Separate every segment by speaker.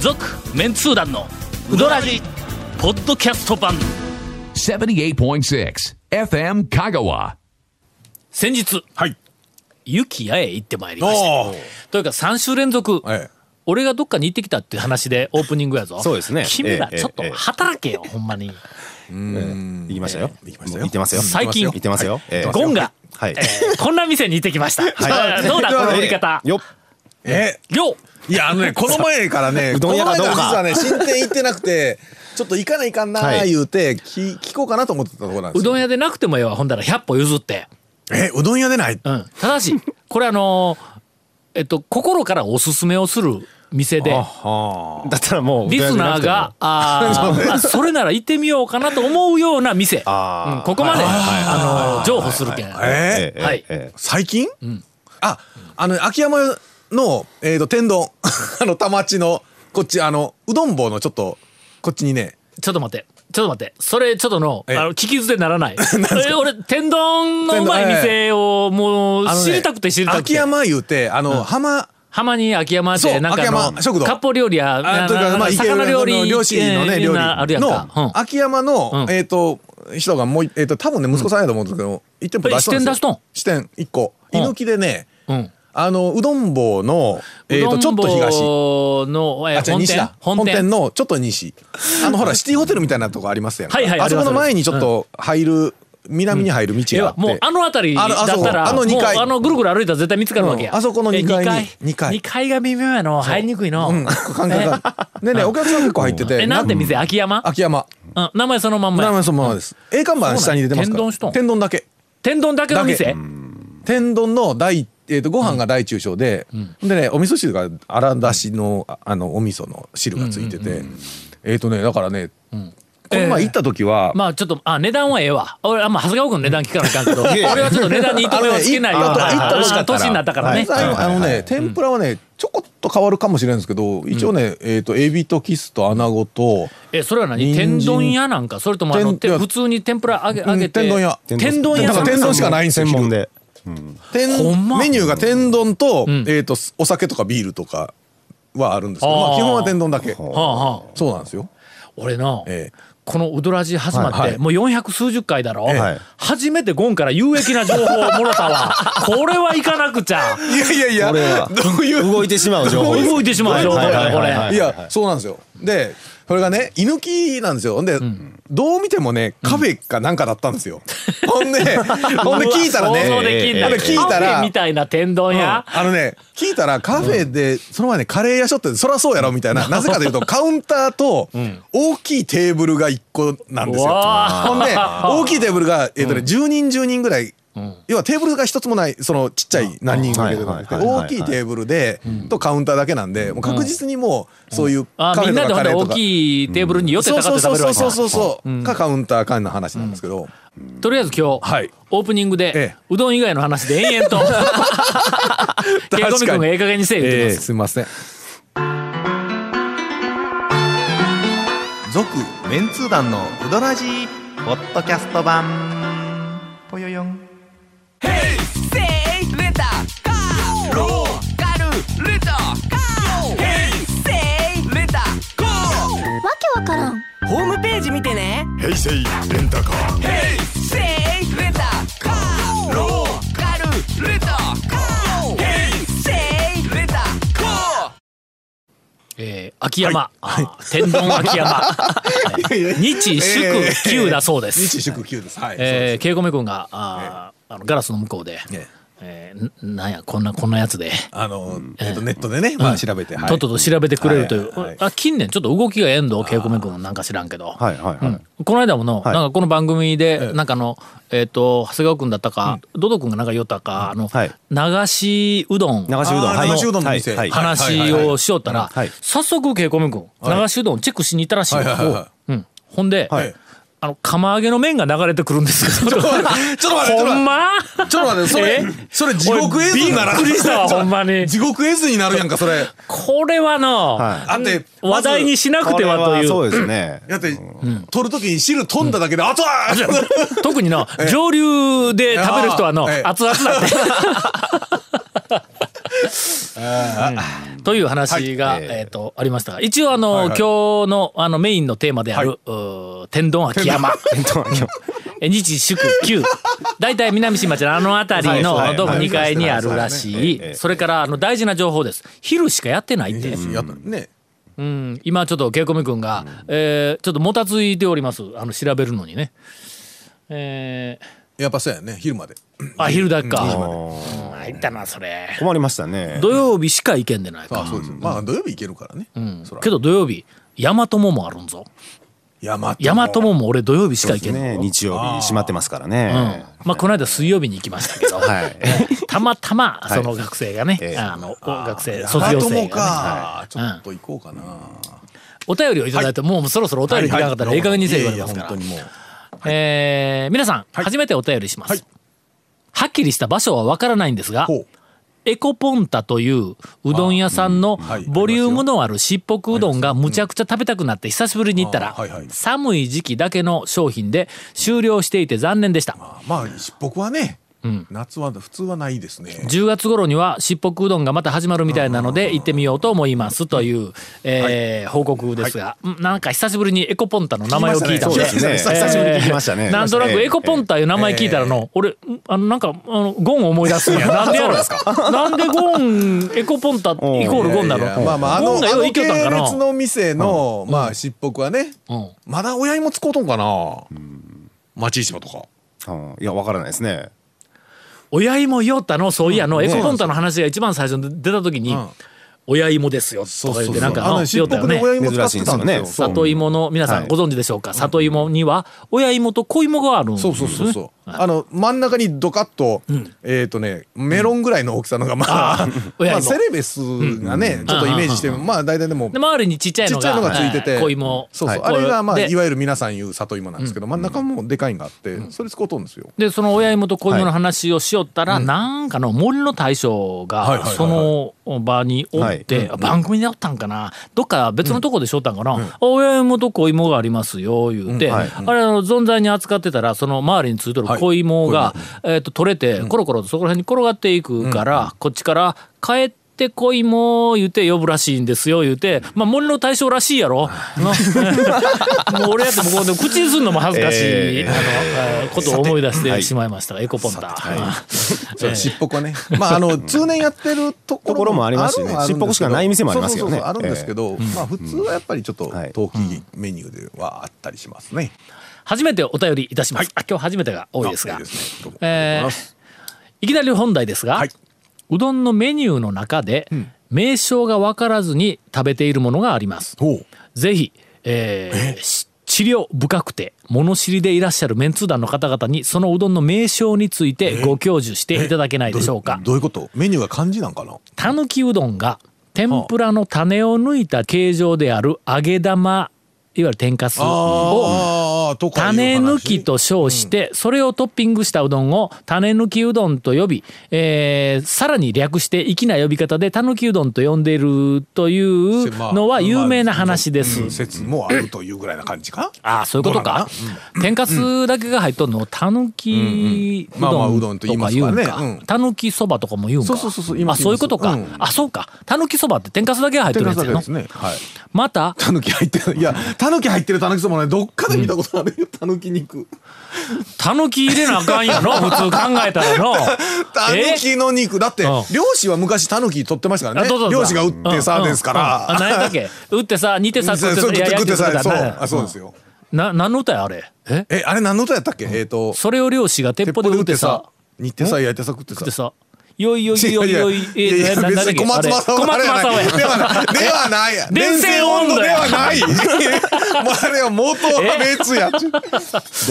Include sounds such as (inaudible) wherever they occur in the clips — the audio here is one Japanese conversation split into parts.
Speaker 1: 続メンツー団のウドラジポッドキャスト版
Speaker 2: 78.6 FM Kagawa.
Speaker 1: 先日
Speaker 3: はい。
Speaker 1: 雪屋へ行ってまいりました
Speaker 3: あ
Speaker 1: というか3週連続、
Speaker 3: ええ
Speaker 1: 俺がどっかに行ってきたっていう話でオープニングやぞ
Speaker 4: (laughs) そうですね
Speaker 1: 君ら
Speaker 4: ええ
Speaker 1: ちょっと
Speaker 4: ええ
Speaker 1: 働けよ、ほんまに
Speaker 4: 行きましたよ。
Speaker 3: 行きましたよ
Speaker 4: 行ってますよ。
Speaker 1: 最近
Speaker 4: 行ってますよ。ええ
Speaker 1: ゴンが、
Speaker 4: はい。
Speaker 1: えーこんな店に行ってきました、(laughs)
Speaker 4: (laughs) はい
Speaker 1: どうだこの売り方
Speaker 4: よっ。
Speaker 3: あ。え
Speaker 1: よう
Speaker 3: いや、あの
Speaker 1: (laughs)
Speaker 3: ね、この前からね、
Speaker 4: うどん屋かどうか
Speaker 3: この前から実はね、新店行ってなくて、ちょっと行かないかんな
Speaker 4: は
Speaker 3: ー
Speaker 4: い
Speaker 3: 言うて、き聞こうかなと思ってたところなんで
Speaker 1: う
Speaker 3: すよ。
Speaker 1: どん屋でなくてもええわほんだら100歩譲って、
Speaker 3: え、うどん屋でない
Speaker 1: うん、ただしこれあのーえっと心からおすすめをする店で
Speaker 3: は
Speaker 4: だったらもう。
Speaker 1: リスナーが、あーあ、それなら行ってみようかなと思うような店。
Speaker 4: あー
Speaker 1: うんここまで、
Speaker 4: はい
Speaker 1: あのー、譲歩するけん。
Speaker 3: あ。え
Speaker 4: ええ。
Speaker 1: はい
Speaker 4: ええ
Speaker 3: 最近あ、あの、秋山の、えっと、天丼。 (laughs) あの、田町の、こっち、あの、うどん坊のちょっと、こっちにね、
Speaker 1: ちょっと待って。ちょっと待って。それ、ちょっとの、あ
Speaker 3: ええ
Speaker 1: の、聞き捨てなら
Speaker 3: (laughs)
Speaker 1: ない。え、俺、天丼のうまい店を、もう
Speaker 3: あ、のね
Speaker 1: 知りたくて知りたく
Speaker 3: 秋
Speaker 1: て。
Speaker 3: 山言うて、あの、浜、
Speaker 1: 浜に秋山
Speaker 3: そ
Speaker 1: で、
Speaker 3: う
Speaker 1: なんか
Speaker 3: 秋
Speaker 1: あの、
Speaker 3: 山食堂
Speaker 1: カッポ料理や、
Speaker 3: あというか、まあ、池上
Speaker 1: 魚料理、
Speaker 3: の漁師の
Speaker 1: え
Speaker 3: ね、
Speaker 1: ー
Speaker 3: 料理
Speaker 1: あるやんか。うん
Speaker 3: の、秋山の
Speaker 1: ん、
Speaker 3: えっと、人がもう、えっと、多分ね、息子さんやと思うんですけど、一店舗出したんです
Speaker 1: え支
Speaker 3: よ。
Speaker 1: 店出しとん
Speaker 3: 支店一個。
Speaker 1: うん
Speaker 3: 居抜きでね、
Speaker 1: うん。
Speaker 3: あの、うどん坊の、えっと、ちょっと東。
Speaker 1: 東。の、えー
Speaker 3: あ、違う、
Speaker 1: 本
Speaker 3: 西
Speaker 1: 店
Speaker 3: だ。。
Speaker 1: 本
Speaker 3: 本
Speaker 1: 店
Speaker 3: 店。のちょっと西。あの、ほら、シティホテルみたいなとこありますやんか。
Speaker 1: はいはい
Speaker 3: あそこの前
Speaker 1: あ
Speaker 3: に
Speaker 1: り
Speaker 3: ち
Speaker 1: ます
Speaker 3: ょっと入る、南に入る道
Speaker 1: ええ
Speaker 3: があ
Speaker 1: わ
Speaker 3: って。
Speaker 1: もうあの辺りだ
Speaker 3: あのあ
Speaker 1: っ
Speaker 3: そこ
Speaker 1: たら
Speaker 3: あの二階
Speaker 1: もうあのぐるぐる歩いたら絶対見つかるわけや、
Speaker 3: うんあそこの二階に
Speaker 1: え二
Speaker 3: 二
Speaker 1: 階
Speaker 3: 階
Speaker 1: 二階が微妙やの入りにくいの、
Speaker 3: うん、感覚が。ねえねえ、お客さん結構入ってて。
Speaker 1: えなんて店秋山、
Speaker 3: 秋山。
Speaker 1: うん、名前そのまんま
Speaker 3: 名
Speaker 1: や
Speaker 3: 前そのままです。A 看板下に出てますから。
Speaker 1: 天丼しとん
Speaker 3: 天丼だけ。
Speaker 1: 天丼だけの店
Speaker 3: だ天丼の大、えー、とご飯が大中小で、でねお味噌汁があらだしのああのお味噌の汁がついてて、えっ、とねだからね、この前行った時は、
Speaker 1: まあちょっとあ値段はええわ俺あんま長谷川君の値段聞かなきゃいかんけど
Speaker 4: いや
Speaker 1: 俺はちょっと値段に糸目をつけないよ
Speaker 3: あのねいいあの
Speaker 1: うん年になったからね、
Speaker 3: 実際
Speaker 4: はいはい
Speaker 3: あ
Speaker 4: はい
Speaker 3: のね天ぷらはねちょこっと変わるかもしれないんですけど、一応ね、えっ、とエビとキスとアナゴと
Speaker 1: えそれは何
Speaker 3: 人参
Speaker 1: 天丼屋なんかそれともあの
Speaker 3: 天い
Speaker 1: て
Speaker 3: や
Speaker 1: 普通に天ぷら揚げ揚げて
Speaker 3: 天丼屋
Speaker 1: 天丼屋
Speaker 3: だ
Speaker 1: さ
Speaker 3: か
Speaker 1: ん
Speaker 3: ら天丼しかないんですよ
Speaker 4: 専門で。
Speaker 3: 天
Speaker 1: ほんま
Speaker 3: メニューが天丼と,、
Speaker 1: ん
Speaker 3: えっとお酒とかビールとかはあるんですけど、ま
Speaker 1: あー
Speaker 3: あ、基本は天丼だけ
Speaker 1: はあはあ
Speaker 3: そうなんですよ。
Speaker 1: 俺の、
Speaker 3: ええ
Speaker 1: この「ウドラジ」始まって、
Speaker 3: はいはい
Speaker 1: もう400数十回だろ、
Speaker 3: え
Speaker 4: え
Speaker 1: 初めてゴンから有益な情報をもろた
Speaker 3: (laughs)
Speaker 1: わこれは行かなくちゃ
Speaker 3: いやいやいや
Speaker 4: これは
Speaker 3: どういう
Speaker 4: (laughs) 動いてしまう情報です。
Speaker 1: 動いてしまう情報
Speaker 4: はい
Speaker 1: だこれ
Speaker 4: はいはいはい
Speaker 3: や、そうなんですよ。で、それがね、居抜きなんですよ。ほんで、どう見てもね、カフェかなんかだったんですよ。
Speaker 1: (laughs)
Speaker 3: ほんで、ほんで聞いたら
Speaker 1: 想像
Speaker 3: ね、
Speaker 1: できん
Speaker 4: ええ
Speaker 1: な
Speaker 4: え
Speaker 1: い
Speaker 4: え
Speaker 1: 聞いたらカフェみたいな天丼屋、
Speaker 3: あのね、聞いたらカフェで、その前ね、カレー屋しょって、そらそうやろみたいな、なぜか
Speaker 1: (laughs)
Speaker 3: というと、カウンターと、大きいテーブルが1個なんですよ。
Speaker 1: うわー
Speaker 3: ほんで、大きいテーブルが、えっとね、10人10人ぐらい、要はテーブルが一つもない、そのちっちゃい何人かけてなくて、
Speaker 4: はいはいはいはい
Speaker 3: 大きいテーブルで、とカウンターだけなんで、もう確実にもう、そういうカ
Speaker 1: あ
Speaker 3: フ
Speaker 1: み
Speaker 3: ェ
Speaker 1: んな
Speaker 3: と
Speaker 1: で
Speaker 3: か
Speaker 1: ほ
Speaker 3: カ
Speaker 1: んで
Speaker 3: レ
Speaker 1: 大
Speaker 3: ーとか。
Speaker 1: きいテーブルに寄って
Speaker 3: そう
Speaker 1: たかっ
Speaker 3: そう
Speaker 1: て食
Speaker 3: そ
Speaker 1: べるわけ
Speaker 3: うそう
Speaker 1: だ
Speaker 3: そうそうかカウンターかの話なんですけど、
Speaker 1: とりあえず今日、
Speaker 3: はい
Speaker 1: オープニングで、
Speaker 3: ええ
Speaker 1: うどん以外の話で延
Speaker 3: (laughs)
Speaker 1: 々とケイコミ君がええ加減にせえ言って
Speaker 3: え
Speaker 1: ま
Speaker 3: え
Speaker 1: す、
Speaker 3: すみません
Speaker 5: 続メンツー団のウドラジポッドキャスト版ぽよよん
Speaker 6: わけわからん
Speaker 7: ホームページ見てね平成レンタカー平成レンタカーローカルレンタカー平成レンタカー
Speaker 1: えー秋山、あー天丼秋
Speaker 3: (laughs)
Speaker 1: 山日祝休だそうです、
Speaker 3: 日祝休ですはい、
Speaker 1: えー、ケイコメ君があー、あのガラスの向こうで、
Speaker 3: そうですええ
Speaker 1: えーんなんやこんなこんなやつで、
Speaker 3: あの、えっとネットでね、まあ調べて、はい
Speaker 1: とっとと調べてくれるという、
Speaker 3: はいはい
Speaker 1: あ近年ちょっと動きが遠藤ケイコメ君なんか知らんけど、
Speaker 4: はいはいはい。
Speaker 1: この間もの、
Speaker 4: い
Speaker 1: なんかこの番組で、
Speaker 3: え
Speaker 1: なんかあのえっ、と長谷川君だったか、ドド君がなんか言おったかあの、
Speaker 4: はい
Speaker 1: 流しうどん
Speaker 4: 流しうどん。
Speaker 3: あー
Speaker 4: はい
Speaker 3: 流しうどんの店
Speaker 4: はいはい
Speaker 1: 話をしよったら、
Speaker 4: はい
Speaker 1: 早速ケイコメ君流しうどんチェックしに行ったらしいよ、
Speaker 3: はいはいはいは
Speaker 1: うん、ほんで、
Speaker 3: はい
Speaker 1: あの釜揚げの麺が流れてくるんですけど
Speaker 3: ちょっと待ってちょっと待って
Speaker 1: ほんま
Speaker 3: ちょっと待ってそれそれ地獄絵図になら
Speaker 1: びっくりしたわほんまに
Speaker 3: 地獄絵図になるやんかそれ
Speaker 1: これはの、
Speaker 4: はい
Speaker 3: だって
Speaker 1: 話題にしなく
Speaker 4: こ
Speaker 1: て
Speaker 4: れ
Speaker 1: はと
Speaker 4: は
Speaker 1: いう
Speaker 4: そうですね。
Speaker 3: だって、取る時に汁飛んだだけで、あとは
Speaker 1: 特にの上流で食べる人はの
Speaker 3: ええ
Speaker 1: 熱々だって。
Speaker 4: (laughs)
Speaker 1: という話が、
Speaker 4: はい
Speaker 1: え
Speaker 4: え
Speaker 1: っ
Speaker 4: ー、
Speaker 1: とありましたが一応あの、
Speaker 4: はいは
Speaker 1: 今
Speaker 4: い
Speaker 1: 日のあのメインのテーマである、うー天丼秋山 (laughs) え日祝休大体南新町のあの辺り
Speaker 4: はいは
Speaker 1: の
Speaker 4: い
Speaker 1: どうも2階にあるら
Speaker 4: はいはい
Speaker 1: し
Speaker 4: はいはい
Speaker 1: いそれからあの大事な情報です昼しかやってないって
Speaker 3: い (laughs) やね
Speaker 1: うん今ちょっとけいこみ君が、えーちょっともたついておりますあの調べるのにねえ
Speaker 3: やっぱそうやね昼まで
Speaker 1: ーあ昼だけか、
Speaker 4: あ
Speaker 1: うん、
Speaker 4: ー
Speaker 1: 入ったなそれ
Speaker 4: 困りましたね。
Speaker 1: 土曜日しか行けんでない
Speaker 3: あ
Speaker 1: か
Speaker 3: そうですまあ土曜日行けるからねそら
Speaker 1: けど土曜日大和ももあるんぞ
Speaker 3: 大和
Speaker 1: 大和もも俺土曜日し
Speaker 4: そ
Speaker 1: か
Speaker 4: う
Speaker 1: 行
Speaker 4: で
Speaker 1: け
Speaker 4: す
Speaker 1: んの
Speaker 4: ね。日曜日閉まってますから
Speaker 1: うん
Speaker 4: ね。
Speaker 1: まあこの間水曜日に行きましたけど、
Speaker 4: はい
Speaker 1: たまたま
Speaker 4: は
Speaker 1: そ
Speaker 4: い
Speaker 1: の学生がね、
Speaker 4: ええ
Speaker 1: あのお学生
Speaker 3: 大
Speaker 1: 卒
Speaker 3: 和
Speaker 1: 業生が、ね
Speaker 3: も、かちょ
Speaker 1: はい
Speaker 3: っと行こうかな
Speaker 1: お便りをいただいて、もうそろそろお便りいただかったらええ加減にせえ言われますから、
Speaker 3: いやいや本当にもう
Speaker 1: えー皆さん、初めてお便りします、
Speaker 3: はい
Speaker 1: はっきりした場所はわからないんですが
Speaker 3: ほう
Speaker 1: エコポンタといううどん屋さんの
Speaker 3: はい
Speaker 1: ボリュームのあるしっぽくうどんがむちゃくちゃ食べたくなって久しぶりに行ったら
Speaker 3: あはいはい
Speaker 1: 寒い時期だけの商品で終了していて残念でした
Speaker 3: あまあしっぽくはね夏は普通はないですね
Speaker 1: 10月頃にはしっぽくうどんがまた始まるみたいなので行ってみようと思いますという、えー報告ですが、うんなんか久しぶりにエコポンタの名前を (laughs) 聞いたん
Speaker 4: そうですね。
Speaker 1: えー
Speaker 4: 久しぶりに聞きましたね。
Speaker 1: なんとなくエコポンタいう名前聞いたらの、俺んあのなんかあのゴンを思い出すんや
Speaker 3: (laughs)
Speaker 1: なんでやろなんでゴンエコポンタイコールゴンなの
Speaker 3: いやいやまあまああ
Speaker 1: ゴ
Speaker 3: の
Speaker 1: ン
Speaker 3: あ
Speaker 1: がよう
Speaker 3: の
Speaker 1: 行き
Speaker 3: 系
Speaker 1: よったんかな
Speaker 3: 列の店のまあしっぽくはね
Speaker 1: うん
Speaker 3: まだ親芋使うとんかな町市場とか
Speaker 4: うん。いやわからないですね。
Speaker 1: 親芋よったのそういやの、
Speaker 4: ね
Speaker 1: エコポンタの話が一番最初に出た時に、
Speaker 3: うん
Speaker 1: 親芋ですよとか言ってなんか
Speaker 3: あ
Speaker 1: の
Speaker 3: のし
Speaker 1: よ
Speaker 3: っ
Speaker 1: った
Speaker 3: ぽ
Speaker 1: よね
Speaker 3: くで親芋使ってたんですよ
Speaker 4: 珍しいんですよね
Speaker 1: 里芋の皆さ
Speaker 4: は
Speaker 1: ん
Speaker 4: い
Speaker 1: ご存知でしょうか、里芋には親芋と小芋があるんです
Speaker 3: そ
Speaker 1: ね
Speaker 3: うそうそうそう。あの真ん中にドカッと、えっ、とねメロンぐらいの大きさのがまあ、
Speaker 1: 親
Speaker 3: ま
Speaker 1: 芋
Speaker 3: あセレベスがね、ちょっとイメージして、まあ大体でも
Speaker 1: で周りにちっちゃい
Speaker 3: ち
Speaker 1: の
Speaker 3: っちゃい
Speaker 1: が
Speaker 3: のがついて
Speaker 1: え
Speaker 3: て、
Speaker 1: ー小芋
Speaker 3: そうそう、
Speaker 1: こ
Speaker 3: あれがまあ
Speaker 1: で
Speaker 3: いわゆる皆さん言う里芋なんですけど、真ん中もでかいのがあって、それ使うとんですよ。
Speaker 1: でその親芋と子芋の話をしよったら、なんかの森の大将
Speaker 3: はいは
Speaker 1: が
Speaker 3: いはい
Speaker 1: その場にお
Speaker 4: は
Speaker 1: っ
Speaker 4: い
Speaker 1: て、番組でおったんかなどっか別のとこでしょったんかな、あ親芋と子芋がありますよ言うて、
Speaker 3: うん
Speaker 4: はい
Speaker 1: あれあの存在に扱ってたらその周りについてる子芋が、えー、と取れて、コロコロとそこら辺に転がっていくから、こっちから帰って。子芋言うて呼ぶらしいんですよ言うてまあ森の大将らしいやろ (laughs) なもう俺やってもこうでも口にすんのも恥ずかしい、
Speaker 4: えー
Speaker 1: あのえーことを思い出してしまいましたが、エコポンタ、
Speaker 3: そうしっぽくはね、まああの通年やってるところ
Speaker 4: ところもありますしね
Speaker 3: あるはあるん
Speaker 4: しっぽくしかない店もありますけどね
Speaker 3: そうそうそうあるんですけど、まあ普通はやっぱりちょっと
Speaker 4: はい
Speaker 3: 冬季メニューではあったりしますね。
Speaker 1: 初めてお便りいたします、あ今日初めてが多いですが
Speaker 3: あいいですねどうも
Speaker 1: えーいきなり本題ですが、
Speaker 3: はいう
Speaker 1: どんのメニューの中で、名称が分からずに食べているものがあります
Speaker 3: ほう
Speaker 1: ぜひ、えーし治療深くて物知りでいらっしゃるメンツー団の方々にそのうどんの名称についてご教授していただけないでしょうか
Speaker 3: どういうこと？メニューが漢字なんかな？
Speaker 1: たぬきうどんが天ぷらの種を抜いた形状である揚げ玉いわゆる天かすを
Speaker 3: ああとかいう話
Speaker 1: 種抜きと称してそれをトッピングしたうどんを種抜きうどんと呼び、えーさらに略して粋な呼び方でたぬきうどんと呼んでいるというのは有名な話です。
Speaker 3: うん説もあるというぐらいな感じか。
Speaker 1: ああそういうこと
Speaker 3: どうな
Speaker 1: か
Speaker 3: んか。
Speaker 1: 天かすだけが入っとんのをたぬきう
Speaker 3: まあまあう
Speaker 1: ど
Speaker 3: ど
Speaker 1: ん
Speaker 3: ん
Speaker 1: と
Speaker 3: と
Speaker 1: か
Speaker 3: 言いま
Speaker 1: 言
Speaker 3: すか
Speaker 1: う
Speaker 3: ら
Speaker 1: ん
Speaker 3: ね
Speaker 1: か
Speaker 3: うん。
Speaker 1: たぬきそばとかも言うんか。
Speaker 3: そうそうそうそう言い
Speaker 1: あ
Speaker 3: ます
Speaker 1: そういうことか
Speaker 3: 言いますう。ん
Speaker 1: あそうか。たぬきそばって天かすだけが入ってるやつやの。
Speaker 3: ね。はい。
Speaker 1: また
Speaker 3: タヌキ入ってる。いや、タヌキ入ってるタヌキそばね、どっかで見たことあるよ。タヌキ肉。
Speaker 1: たぬき入れなあかんやろ普通考えたらの。
Speaker 3: タヌキの肉だって
Speaker 1: うん
Speaker 3: 漁師は昔タヌキ取ってましたから
Speaker 1: あ
Speaker 3: ね
Speaker 1: どうぞどう。ぞ
Speaker 3: 漁師が売ってさ
Speaker 1: うん
Speaker 3: ですか
Speaker 1: うんあ
Speaker 3: ら。
Speaker 1: 何やったっけ打ってさ煮てさ食
Speaker 3: (laughs) そう
Speaker 1: って
Speaker 3: そう
Speaker 1: さ
Speaker 3: 食って食ってさ、そう。あ、そうです。
Speaker 1: や焼いてさ
Speaker 3: よ。
Speaker 1: な何の歌やあれ。え
Speaker 3: え、あれ何の歌やったっけ？えっと、
Speaker 1: それを漁師が鉄砲で打ってさ。
Speaker 3: 煮てさ、焼いてさ、食って
Speaker 1: 食
Speaker 3: さ
Speaker 1: って。さ。よいよいよい
Speaker 3: いや
Speaker 1: よ
Speaker 3: い
Speaker 1: い
Speaker 3: や。
Speaker 1: え
Speaker 3: いやい
Speaker 1: なな
Speaker 3: や
Speaker 1: ん
Speaker 3: 別
Speaker 1: だっ
Speaker 3: に
Speaker 1: け
Speaker 3: 小
Speaker 1: あれ小
Speaker 3: 松正夫
Speaker 1: 松正夫や。
Speaker 3: ではないでは
Speaker 1: (laughs)
Speaker 3: ないではない
Speaker 1: 電線温度
Speaker 3: で
Speaker 1: や
Speaker 3: はないもうあれは元は別やっちゅう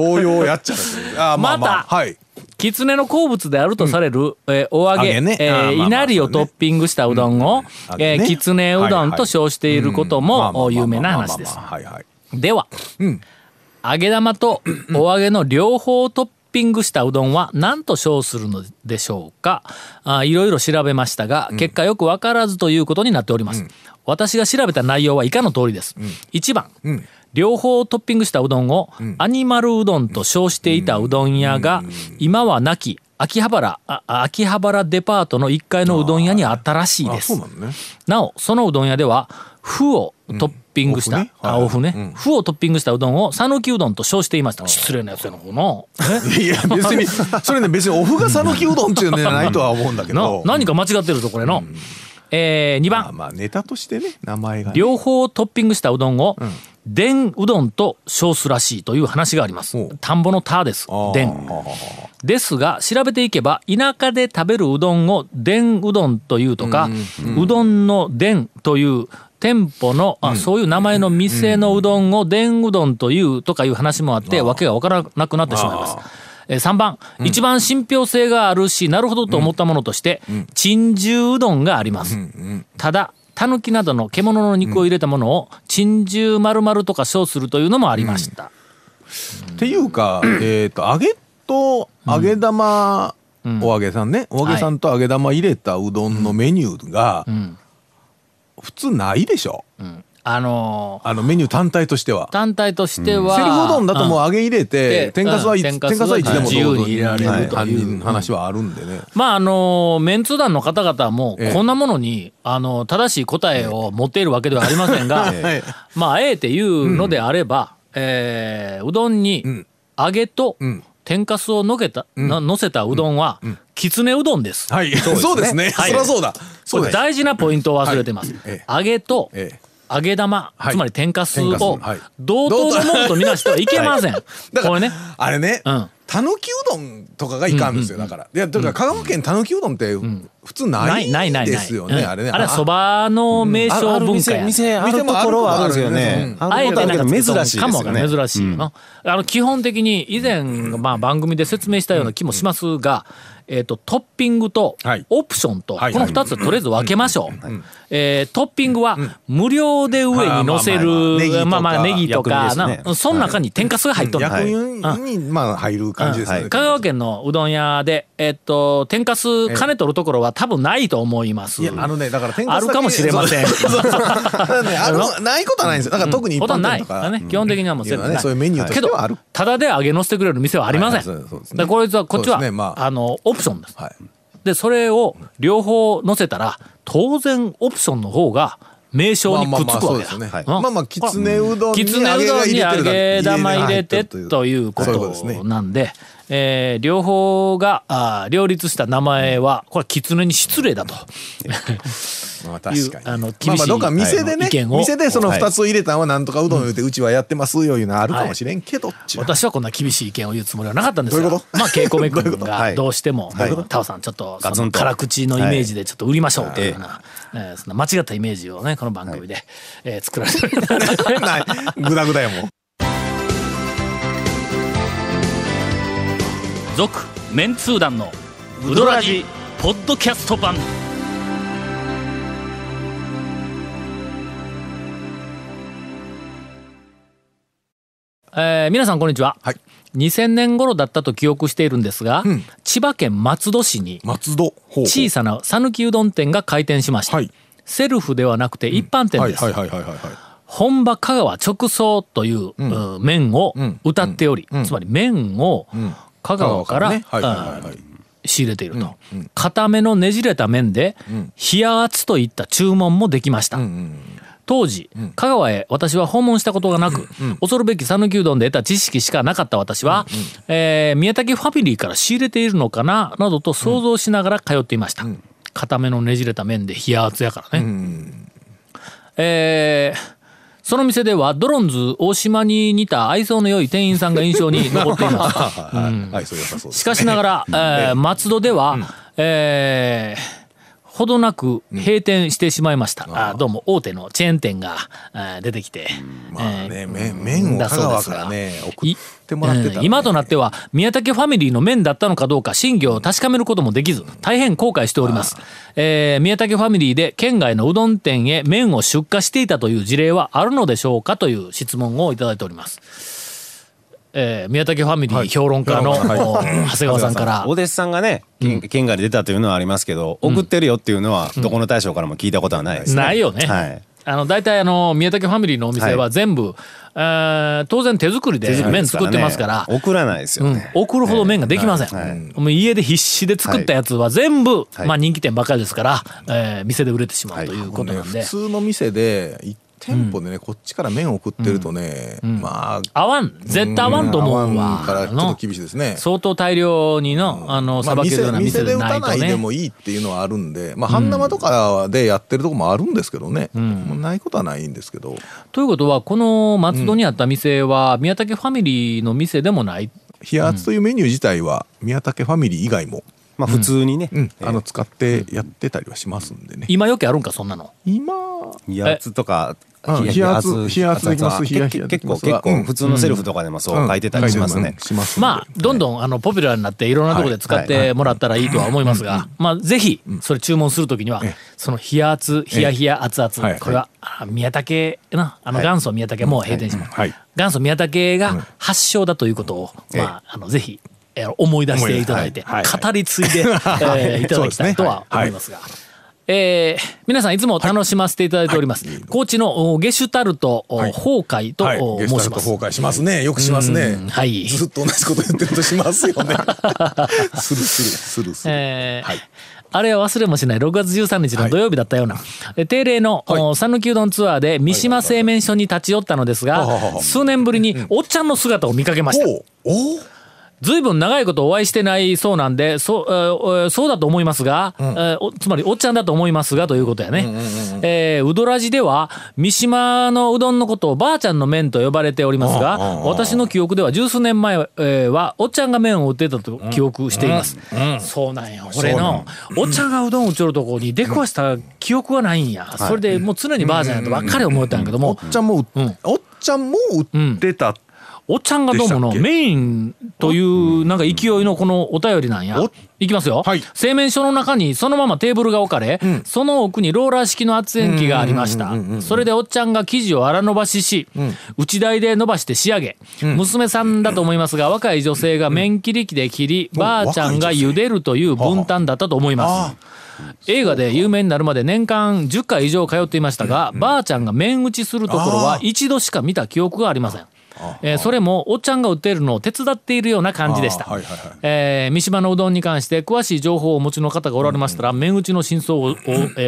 Speaker 3: 同様やっちゃうあーまあま
Speaker 1: ま
Speaker 3: あ
Speaker 1: た
Speaker 3: はい
Speaker 1: 狐の好物であるとされる、えーお揚げ
Speaker 3: 揚げね
Speaker 1: え
Speaker 3: あーまあ
Speaker 1: ー
Speaker 3: まあ
Speaker 1: いなりをトッピピングしたうどんを、
Speaker 3: 揚
Speaker 1: え
Speaker 3: げね
Speaker 1: ー狐うどんと称していること
Speaker 3: まあまあまあま
Speaker 1: も
Speaker 3: あ
Speaker 1: 有名な話です
Speaker 3: まあ。まあまあはいはい
Speaker 1: では、揚げ玉
Speaker 3: (clears throat)
Speaker 1: とお揚げの両方をトッピングしたうどんは何と称するのでしょうかあいろいろ調べましたが結果よく分からずということになっております、私が調べた内容は以下の通りです、1番、両方をトッピングしたうどんをアニマルうどんと称していたうどん屋が今はなき秋葉原あ秋葉原デパートの1階のうどん屋にあったらしい
Speaker 3: あ
Speaker 1: で
Speaker 3: そ
Speaker 1: す
Speaker 3: うなのね
Speaker 1: なおそのうどん屋では麩をトッピングした、
Speaker 3: うん
Speaker 1: あ
Speaker 3: お
Speaker 1: お麩
Speaker 3: 麩ね
Speaker 1: ね、麩をトッピングしたうどんを讃岐うどんと称していました失礼なやつやなこの
Speaker 3: いや別にそれね別におふが讃岐うどんっていうのじゃないとは思うんだけ
Speaker 1: (laughs) な
Speaker 3: ど
Speaker 1: 何か間違ってるぞこれの、え2番
Speaker 3: あまあネタとしてね名前がね
Speaker 1: 両方トッピングしたうどんを「でんうどん」と称すらしいという話がありま
Speaker 3: お
Speaker 1: す
Speaker 3: う
Speaker 1: 田んぼの「田」です「
Speaker 3: あー
Speaker 1: でん」ですが調べていけば田舎で食べるうどんを「でんうどん」というとかうどんの「でん」という店舗のあそういう名前の店のうどんを「でんうどん」というとかいう話もあって訳が分からなくなってしまいます。えー3番、一番信憑性があるしなるほどと思ったものとして珍獣うどんがあります、ただタヌキなどの獣の肉を入れたものを珍獣丸々とか称するというのもありました、
Speaker 3: っていうか、えっと揚げと揚げ玉、お揚げさんねお揚げさんと揚げ玉入れたうどんのメニューが
Speaker 1: ん
Speaker 3: 普通ないでしょ
Speaker 1: あのー
Speaker 3: あのメニュー単体としては。
Speaker 1: 単体としては、
Speaker 3: セルフうどんだともう
Speaker 1: うん
Speaker 3: 揚げ入れ
Speaker 1: う
Speaker 3: て
Speaker 1: ん
Speaker 3: 天かすは
Speaker 1: うん
Speaker 3: い
Speaker 1: 天
Speaker 3: 天
Speaker 1: か
Speaker 3: か
Speaker 1: すは
Speaker 3: すはいつでも
Speaker 1: 自由に入れられる
Speaker 3: はい
Speaker 1: という
Speaker 3: 犯人の話はあるんでね。
Speaker 1: まああのーメンツ団の方々も
Speaker 3: ええ
Speaker 1: こんなものに、あのー正しい答えを持っているわけではありません
Speaker 3: (laughs)
Speaker 1: が、
Speaker 3: え
Speaker 1: まあええっていうのであれば、えーうどんに
Speaker 3: ん
Speaker 1: 揚げと
Speaker 3: ん
Speaker 1: 天かすをのけた、なのせたうどんは、きつねうどんです。
Speaker 3: はい、そうですね。そ
Speaker 1: はい
Speaker 3: りゃそうだ。
Speaker 1: こ
Speaker 3: そう
Speaker 1: れ
Speaker 3: です。
Speaker 1: 大事なポイントを忘れてます。
Speaker 3: え
Speaker 1: 揚げと
Speaker 3: ええ
Speaker 1: 揚げ玉、
Speaker 3: はい
Speaker 1: つまり天かすを
Speaker 3: 天かすはい
Speaker 1: 同等のものとみなしてはいけません。
Speaker 3: だか
Speaker 1: これ
Speaker 3: ら
Speaker 1: ね。
Speaker 3: あれね
Speaker 1: うん、
Speaker 3: たぬきうどんとかがいかんですよ。だから、いや、だから香川県たぬきうどんって普通ないですよね。あれね。
Speaker 1: あれはそ
Speaker 3: ば。
Speaker 1: ばの名
Speaker 4: あ
Speaker 1: 称
Speaker 4: る
Speaker 1: 文化
Speaker 4: 店
Speaker 1: や。
Speaker 4: 店あるところはあるんですよね。
Speaker 1: あえ
Speaker 4: ると
Speaker 1: て
Speaker 4: こ
Speaker 1: なんか
Speaker 4: ろはあるけど珍しい
Speaker 1: か
Speaker 4: で
Speaker 1: も
Speaker 4: す
Speaker 1: わかん
Speaker 4: よ
Speaker 1: な
Speaker 4: ね
Speaker 1: い。珍しい、あの基本的に以前、まあ、番組で説明したような気もしますが、えー、とトッピングと
Speaker 3: はい
Speaker 1: オプションと、
Speaker 3: はい
Speaker 1: この2つとりあえず分けましょう、えートッピングは無料で上に乗せる
Speaker 3: あー
Speaker 1: ま
Speaker 3: ま
Speaker 1: あまあ
Speaker 3: あまあまあ
Speaker 1: ネギとか
Speaker 4: 薬味ですね
Speaker 1: なその中に天かすが入っとる、
Speaker 3: 薬品にまあ入る感じですよ
Speaker 1: うん
Speaker 3: ね。
Speaker 1: 香川県のうどん屋で、えっと、天かす金取るところは多分ないと思います。
Speaker 3: いやあのねだから天かす
Speaker 1: あるかもしれません。
Speaker 3: そうそうそうだからねあのないことはないんですよ。だから特に一
Speaker 1: ことは
Speaker 3: 般
Speaker 1: な
Speaker 3: 店
Speaker 1: い
Speaker 3: と
Speaker 1: だから
Speaker 3: か
Speaker 1: ね、基本的にはもう
Speaker 3: いう
Speaker 1: 絶
Speaker 3: の
Speaker 1: 対
Speaker 3: はねそういうメニューと
Speaker 1: け
Speaker 3: して
Speaker 1: ど
Speaker 3: はある。
Speaker 1: ただで揚げのせてくれる店はありません、
Speaker 3: はいはいそうそうですね
Speaker 1: だからこれはこっちは、
Speaker 3: そうですねまあ
Speaker 1: あのオプションです、
Speaker 3: はい。
Speaker 1: でそれを両方乗せたら当然オプションの方が名称にくっつくわけだ、
Speaker 3: まあまあまあそうですねはい
Speaker 1: うん
Speaker 3: まあまあきつねうどんに
Speaker 1: きつねうどんに揚げ玉入れてというこ
Speaker 3: そういうことですね
Speaker 1: となんで、えー両方があー両立した名前はこれはきつねに失礼だと。
Speaker 3: まあ確か
Speaker 1: い
Speaker 3: に。
Speaker 1: うあの
Speaker 3: ま
Speaker 1: 厳
Speaker 3: あ
Speaker 1: しい
Speaker 3: まあどっか店で
Speaker 1: はい
Speaker 3: ね
Speaker 1: 意見を
Speaker 3: 店でその二つを入れたのはなんとかうどん言うてうちはやってますよいうのはあるかもしれんけどっちゅう。
Speaker 1: 私はこんな厳しい意見を言うつもりはなかったんですが
Speaker 3: どういうこと
Speaker 1: まあ稽古目君
Speaker 3: どういうこと
Speaker 4: は
Speaker 1: が
Speaker 4: い
Speaker 1: どうしても
Speaker 4: はい
Speaker 1: タオさんちょっと
Speaker 4: ガ
Speaker 1: そ
Speaker 4: ツ
Speaker 1: の
Speaker 4: ンと
Speaker 1: 辛口のイメージでちょっと売りましょうというような、えーそんな間違ったイメージをねこの番組で、えー作られてる
Speaker 3: (laughs) ない
Speaker 4: (laughs)
Speaker 3: グダグダやもん。
Speaker 1: 続メンツー団のウドラジポッドキャスト版えー皆さんこんにちは、
Speaker 3: はい
Speaker 1: 2000年頃だったと記憶しているんですが、
Speaker 3: うん
Speaker 1: 千葉県松戸市に
Speaker 3: 松戸ほう
Speaker 1: 小さな讃岐うどん店が開店しました、
Speaker 3: はい
Speaker 1: セルフではなくて一般店
Speaker 3: はい
Speaker 1: です、
Speaker 3: はいはいはいはいは
Speaker 1: 本場香川直送という、うん麺を
Speaker 3: ん
Speaker 1: 歌っており、つまり麺を
Speaker 3: ん
Speaker 1: 香
Speaker 3: い。
Speaker 1: 川から、
Speaker 3: ねはいはいはい
Speaker 1: うん
Speaker 3: はい。
Speaker 1: 仕入れていると、固めのねじれた麺で、冷圧といった注文もできました、当時、香川へ私は訪問したことがなく、恐るべき讃岐うどんで得た知識しかなかった私は、えー宮崎ファミリーから仕入れているのかななどと想像しながら通っていました、固めのねじれた麺で冷圧やからね、えーその店ではドロンズ大島に似た愛想の良い店員さんが印象に残っています
Speaker 3: はいはいそれ良さそうです。
Speaker 1: しかしな
Speaker 3: (laughs)
Speaker 1: がら、えー松戸では、えーほどなく閉店してしまいました。あーどうも大手のチェーン店がえー出てきて。
Speaker 3: まあ
Speaker 1: え
Speaker 3: ね、
Speaker 1: ー
Speaker 3: 麺麺を
Speaker 1: だ
Speaker 3: 香
Speaker 1: そうで
Speaker 3: 川
Speaker 1: す
Speaker 3: か
Speaker 1: が
Speaker 3: らね送
Speaker 1: い
Speaker 3: ってもらってたらね、
Speaker 1: うん今となっては宮武ファミリーの麺だったのかどうか真偽を確かめることもできず大変後悔しております、えー宮武ファミリーで県外のうどん店へ麺を出荷していたという事例はあるのでしょうかという質問をいただいております、えー宮武ファミリー評論家の、
Speaker 3: 評論家
Speaker 1: お長谷川さんから
Speaker 4: お弟子さんがね県県外で出たというのはありますけど送ってるよっていうのはどこの大将からも聞いたことはないですね。
Speaker 1: ないよね
Speaker 4: はい。
Speaker 1: あの大体あの宮崎ファミリーのお店
Speaker 4: は
Speaker 1: は全部、えー当然手作りで麺作ってますから、
Speaker 4: 送らないです
Speaker 1: う
Speaker 4: よ
Speaker 1: ん
Speaker 4: ね、
Speaker 1: (laughs) 送るほど麺ができません、
Speaker 4: はいはい
Speaker 1: もう家で必死で作ったやつは全部、
Speaker 4: はい
Speaker 1: まあ、人気店ばかりですから、えー店で売れてしま
Speaker 4: は
Speaker 1: う
Speaker 4: い
Speaker 1: ということなんで、
Speaker 3: 普通の店で一店舗でね、こっちから麺を送ってるとね、まあ
Speaker 1: 合わん絶対合わんと思うわ、
Speaker 3: んからちょっ
Speaker 1: あの
Speaker 3: と厳しいですね
Speaker 1: 相当大量にのあのさばけるよう
Speaker 3: ま
Speaker 1: な
Speaker 3: あ
Speaker 1: 店
Speaker 3: 店
Speaker 1: で
Speaker 3: で打
Speaker 1: ない
Speaker 3: た
Speaker 1: と
Speaker 3: ないで
Speaker 1: ね、
Speaker 3: もいいっていうのはあるんで、まあ、半生とかでやってるとこもあるんですけどね、もうないことはないんですけど、
Speaker 1: ということはこの松戸にあった店は宮武ファミリーの店でもない
Speaker 3: 冷圧というメニュー自体は宮武ファミリー以外も、
Speaker 4: まあ普通にね、
Speaker 3: うんあの使ってやってたりはしますんでね、
Speaker 1: 今よくあるんかそんなの
Speaker 3: 今
Speaker 4: 冷圧とか
Speaker 3: うん冷圧冷圧できます
Speaker 4: 冷圧は
Speaker 3: 冷圧で
Speaker 4: 結
Speaker 3: きま
Speaker 4: 構
Speaker 3: すわ
Speaker 4: 結
Speaker 3: う
Speaker 4: 構
Speaker 3: ん
Speaker 4: 普通のセルフとかでもそう書いてたりしますね
Speaker 3: うん、しますんで
Speaker 1: まあどんどんあのポピュラーになっていろんなところで使っ
Speaker 4: はいは
Speaker 1: てもらったらいいとは思いますが、まあぜひそれ注文するときには
Speaker 3: ええ
Speaker 1: その冷圧冷や冷や熱
Speaker 3: は
Speaker 1: 々
Speaker 3: い
Speaker 1: これはあ宮武なあの元祖宮武もう閉店します
Speaker 3: はい
Speaker 1: 元祖宮武が発祥だということをまああのぜひえー思い出していただいて
Speaker 3: 思い出はいはい
Speaker 1: 語り継いでえーいただきたいとは思いますが。えー皆さんいつも楽しませていただいております、高知のおゲシュタルト、お
Speaker 3: はい
Speaker 1: 崩壊と、
Speaker 3: はい、
Speaker 1: お
Speaker 3: ゲス
Speaker 1: 申
Speaker 3: タ
Speaker 1: し
Speaker 3: ルト
Speaker 1: ます
Speaker 3: 崩壊しますねよくしますね
Speaker 1: うんはい
Speaker 3: ずっと同じこと言ってるとします
Speaker 1: (laughs)
Speaker 3: よねするするするする、
Speaker 1: えーあれは忘れもしない6月13日の土曜日だったような、え定例の
Speaker 3: はい
Speaker 1: お讃岐、うどんツアーで三島製麺所に立ち寄ったのですが、
Speaker 3: はいはいはいはい
Speaker 1: 数年ぶりにおっちゃんの姿を見かけました
Speaker 3: おうおう
Speaker 1: ずいぶん長いことお会いしてないそうなんでそう,えー、えーそうだと思いますが、えーおつまりおっちゃんだと思いますがということやね、えーうどらじでは三島のうどんのことをばあちゃんの麺と呼ばれておりますが私の記憶では十数年前はえーはおっちゃんが麺を売ってたと記憶しています、そうなんや俺のおっちゃんがうどんを売っちょるとこに出くわした記憶はないんや、それでもう常にばあちゃんやとばっかり思ってたんやけども、
Speaker 3: おっちゃんも売っ、
Speaker 1: うん
Speaker 3: おっちゃんも売ってた、
Speaker 1: おっちゃんがどうもの
Speaker 3: でしたっけ
Speaker 1: メインというなんか勢いのこのお便りなんや
Speaker 3: お。
Speaker 1: いきますよ、
Speaker 3: はい
Speaker 1: 製麺所の中にそのままテーブルが置かれ、その奥にローラー式の圧煙機がありましたそれでおっちゃんが生地を荒伸ばしし、打ち台で伸ばして仕上げ、娘さんだと思いますが若い女性が麺切り機で切り、ばあちゃんが茹でるという分担だったと思います。映画で有名になるまで年間10回以上通っていましたが、ばあちゃんが面打ちするところは一度しか見た記憶がありません。えーそれもおっちゃんが売っているのを手伝っているような感じでした、
Speaker 3: あーはいはいはい
Speaker 1: えー三島のうどんに関して詳しい情報をお持ちの方がおられましたら麺打ちの真相をお、え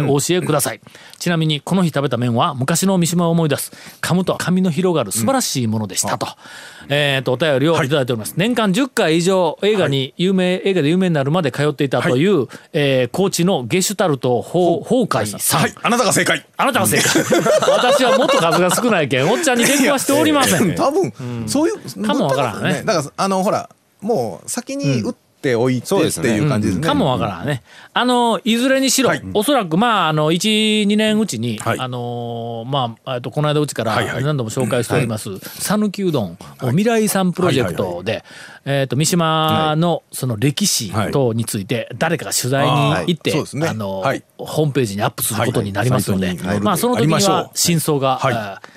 Speaker 1: ーお教えくだ (laughs) さいちなみにこの日食べた麺は昔の三島を思い出す噛むと髪の広がる素晴らしいものでしたと,、えーとお便りをいただいております、年間10回以上映画に有名、映画で有名になるまで通っていたという、えー高知のゲシュタルト崩崩壊さん、
Speaker 3: はいあなたが正解
Speaker 1: あなたが正解 (laughs) 私はもっと数が少ないけんおっちゃんに出くわしておりませ (laughs) ん
Speaker 3: 多分、そういう
Speaker 1: かもわからんね
Speaker 3: だからあのほらもう先に打っておいて
Speaker 4: そうで
Speaker 3: っ
Speaker 4: す
Speaker 3: て
Speaker 4: ね
Speaker 3: いう感じですね、
Speaker 1: かもわからんね。あの、いずれにしろ、おそらく、まあ、あの、1、2年うちに、
Speaker 3: はい
Speaker 1: あのー、まあ、えっと、この間うちから
Speaker 3: はいはい
Speaker 1: 何度も紹介しております、讃岐うどん、未来さんプロジェクトで、えっと、三島のその歴史等について、誰かが取材に行って
Speaker 3: あーそうです、ね
Speaker 1: あの
Speaker 3: はい、
Speaker 1: ホームページにアップすることになりますの
Speaker 3: は
Speaker 1: で
Speaker 3: いサイトに載、る
Speaker 1: まあ、その
Speaker 3: あ
Speaker 1: 時
Speaker 3: りま
Speaker 1: に
Speaker 3: しょう
Speaker 1: は真相が、
Speaker 3: はい
Speaker 1: あー